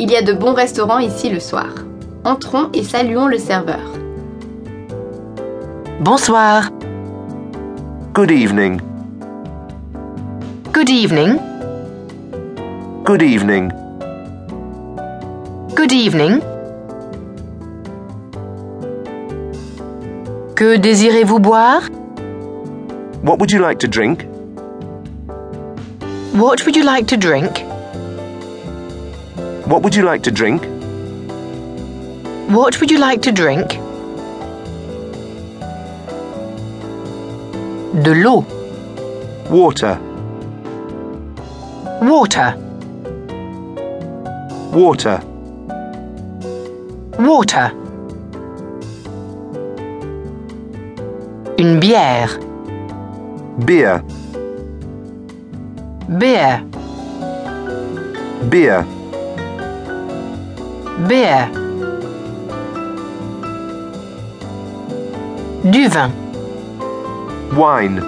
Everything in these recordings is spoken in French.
Il y a de bons restaurants ici le soir. Entrons et saluons le serveur. Bonsoir. Good evening. Good evening. Good evening. Good evening. Que désirez-vous boire? What would you like to drink? What would you like to drink? What would you like to drink? What would you like to drink? De l'eau. Water. Water. Water. Water. Une bière. Beer. Beer. Beer. Beer. Du vin. Wine.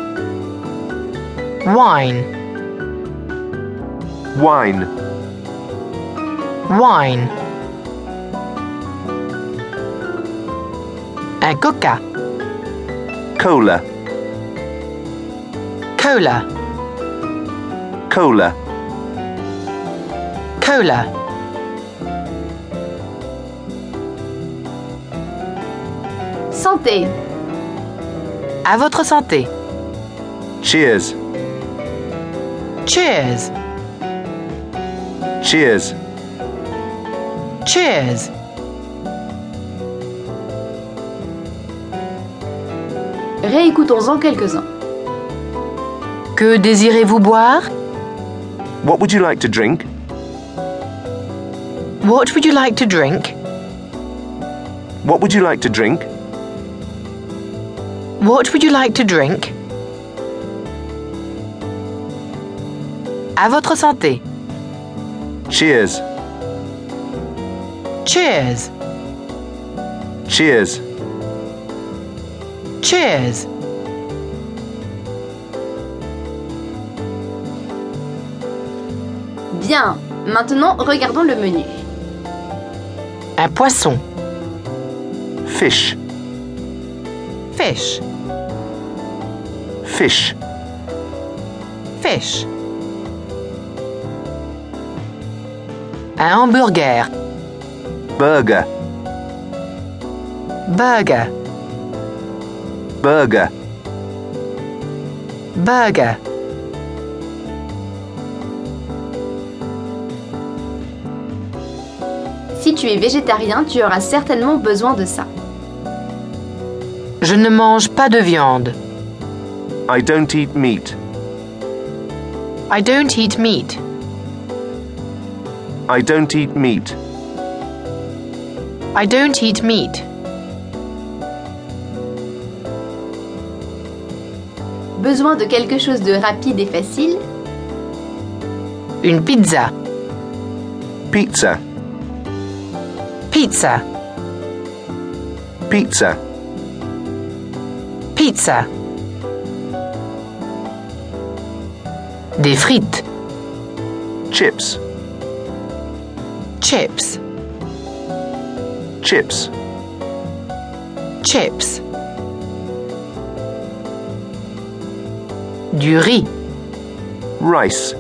Wine. Wine. Wine. Un coca. Cola. Cola. Cola. Cola. Santé À votre santé. Cheers. Cheers. Cheers. Cheers. Réécoutons-en quelques-uns. Que désirez-vous boire? What would you like to drink? What would you like to drink? What would you like to drink? What would you like to drink? À votre santé. Cheers. Cheers. Cheers. Cheers. Bien, maintenant regardons le menu. Un poisson. Fish. Fish. Fish. Fish. Un hamburger. Burger. Burger. Burger. Burger. Si tu es végétarien, tu auras certainement besoin de ça. Je ne mange pas de viande. I don't eat meat. I don't eat meat. I don't eat meat. I don't eat meat. Besoin de quelque chose de rapide et facile Une pizza. Pizza. Pizza. Pizza. Pizza. Des frites. Chips. Chips. Chips. Chips. Du riz. Rice.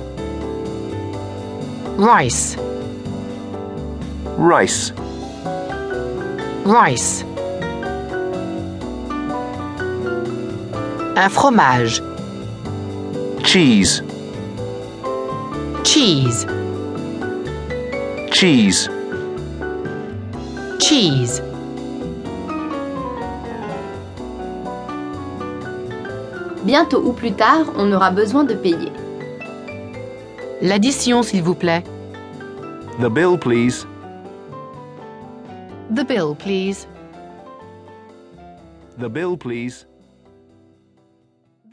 Rice. Rice. Rice. Un fromage. Cheese. Cheese. Cheese. Cheese. Bientôt ou plus tard, on aura besoin de payer. L'addition, s'il vous plaît. The bill, please. The bill, please. The bill, please.